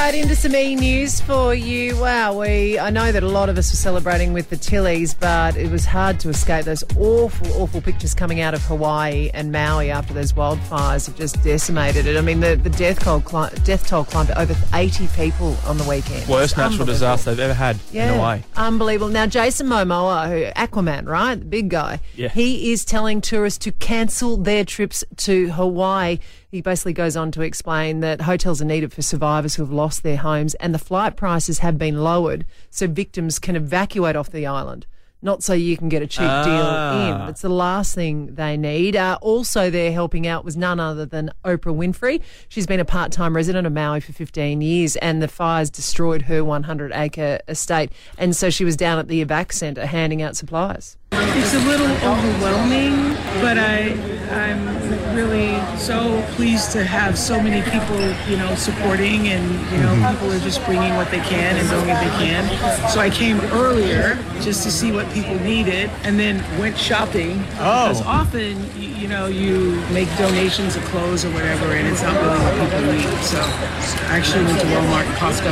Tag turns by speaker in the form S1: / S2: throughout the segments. S1: right into some e news for you. Wow, we I know that a lot of us were celebrating with the Tillies, but it was hard to escape those awful, awful pictures coming out of Hawaii and Maui after those wildfires have just decimated it. I mean, the, the death, toll cli- death toll climbed to over 80 people on the weekend.
S2: Worst
S1: It's
S2: natural
S1: unbelievable.
S2: disaster they've ever had
S1: Yeah,
S2: in a way.
S1: unbelievable. Now, Jason Momoa, who Aquaman, right, the big guy,
S2: Yeah.
S1: he is telling tourists to cancel their trips to Hawaii. He basically goes on to explain that hotels are needed for survivors who have lost their homes, and the flight prices have been lowered so victims can evacuate off the island. Not so you can get a cheap deal
S2: Ah.
S1: in. It's the last thing they need. Uh, also, there helping out was none other than Oprah Winfrey. She's been a part time resident of Maui for 15 years, and the fires destroyed her 100 acre estate. And so she was down at the evac centre handing out supplies.
S3: It's a little overwhelming, but I I'm really so pleased to have so many people, you know, supporting and you know, people are just bringing what they can and doing what they can. So I came earlier just to see what people needed and then went shopping oh. because often you, you know you make donations of clothes or whatever and it's not really what people need. So I actually went to Walmart and Costco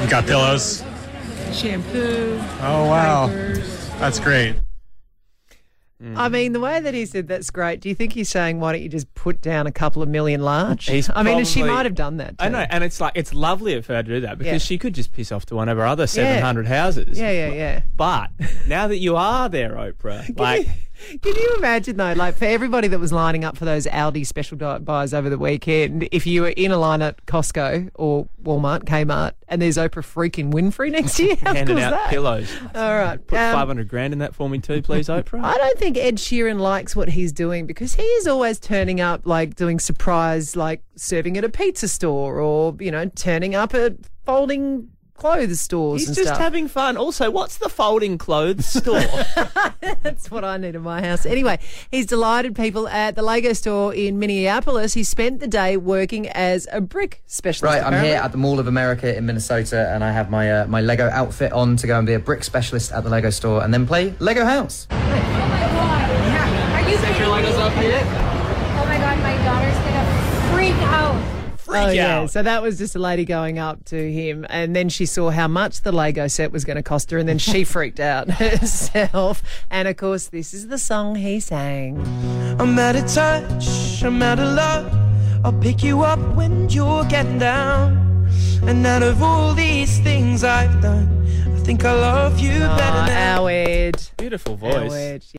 S3: and
S4: Got pillows.
S3: shampoo.
S4: Oh, wow.
S3: diapers.
S4: That's great.
S2: Mm.
S1: I mean, the way that he said that's great. Do you think he's saying, why don't you just put down a couple of million large?
S2: He's
S1: I mean, and she
S2: probably-
S1: might have done that.
S2: I
S1: too.
S2: know, and it's like it's lovely of her to do that because
S1: Yeah.
S2: she could just piss off to one of her other seven hundred houses.
S1: Yeah, yeah, yeah.
S2: But now that you are there, Oprah, like
S1: Can you imagine though, like for everybody that was lining up for those Aldi special diet buys over the weekend, if you were in a line at Costco or Walmart, Kmart, and there's Oprah freaking Winfrey next to you, how cool
S2: handing
S1: is
S2: out
S1: that?
S2: pillows.
S1: All right.
S2: Put
S1: um,
S2: five hundred grand in that for me too, please, Oprah.
S1: I don't think Ed Sheeran likes what he's doing because he is always turning up, like doing surprise, like serving at a pizza store or, you know, turning up at folding clothes stores
S2: He's
S1: and
S2: just
S1: stuff.
S2: having fun. Also, what's the folding clothes store?
S1: That's what I need in my house. Anyway, he's delighted people at the Lego store in Minneapolis. He spent the day working as a brick specialist.
S5: Right, I'm
S1: apparently.
S5: here at the Mall of America in Minnesota, and I have my uh, my Lego outfit on to go and be a brick specialist at the Lego store, and then play Lego House.
S6: Yeah. Are you Set kidding your Legos me? up Oh my god, my daughter's gonna freak out.
S2: Freak
S1: Oh, yeah.
S2: out.
S1: So that was just a lady going up to him, and then she saw how much the Lego set was going to cost her, and then she freaked out herself. And of course, this is the song he sang.
S7: I'm out of touch, I'm out of love. I'll pick you up when you're getting down. And out of all these things I've done, I think I love you better
S1: Oh,
S7: now.
S1: our Ed.
S2: Beautiful voice.
S1: Our Ed.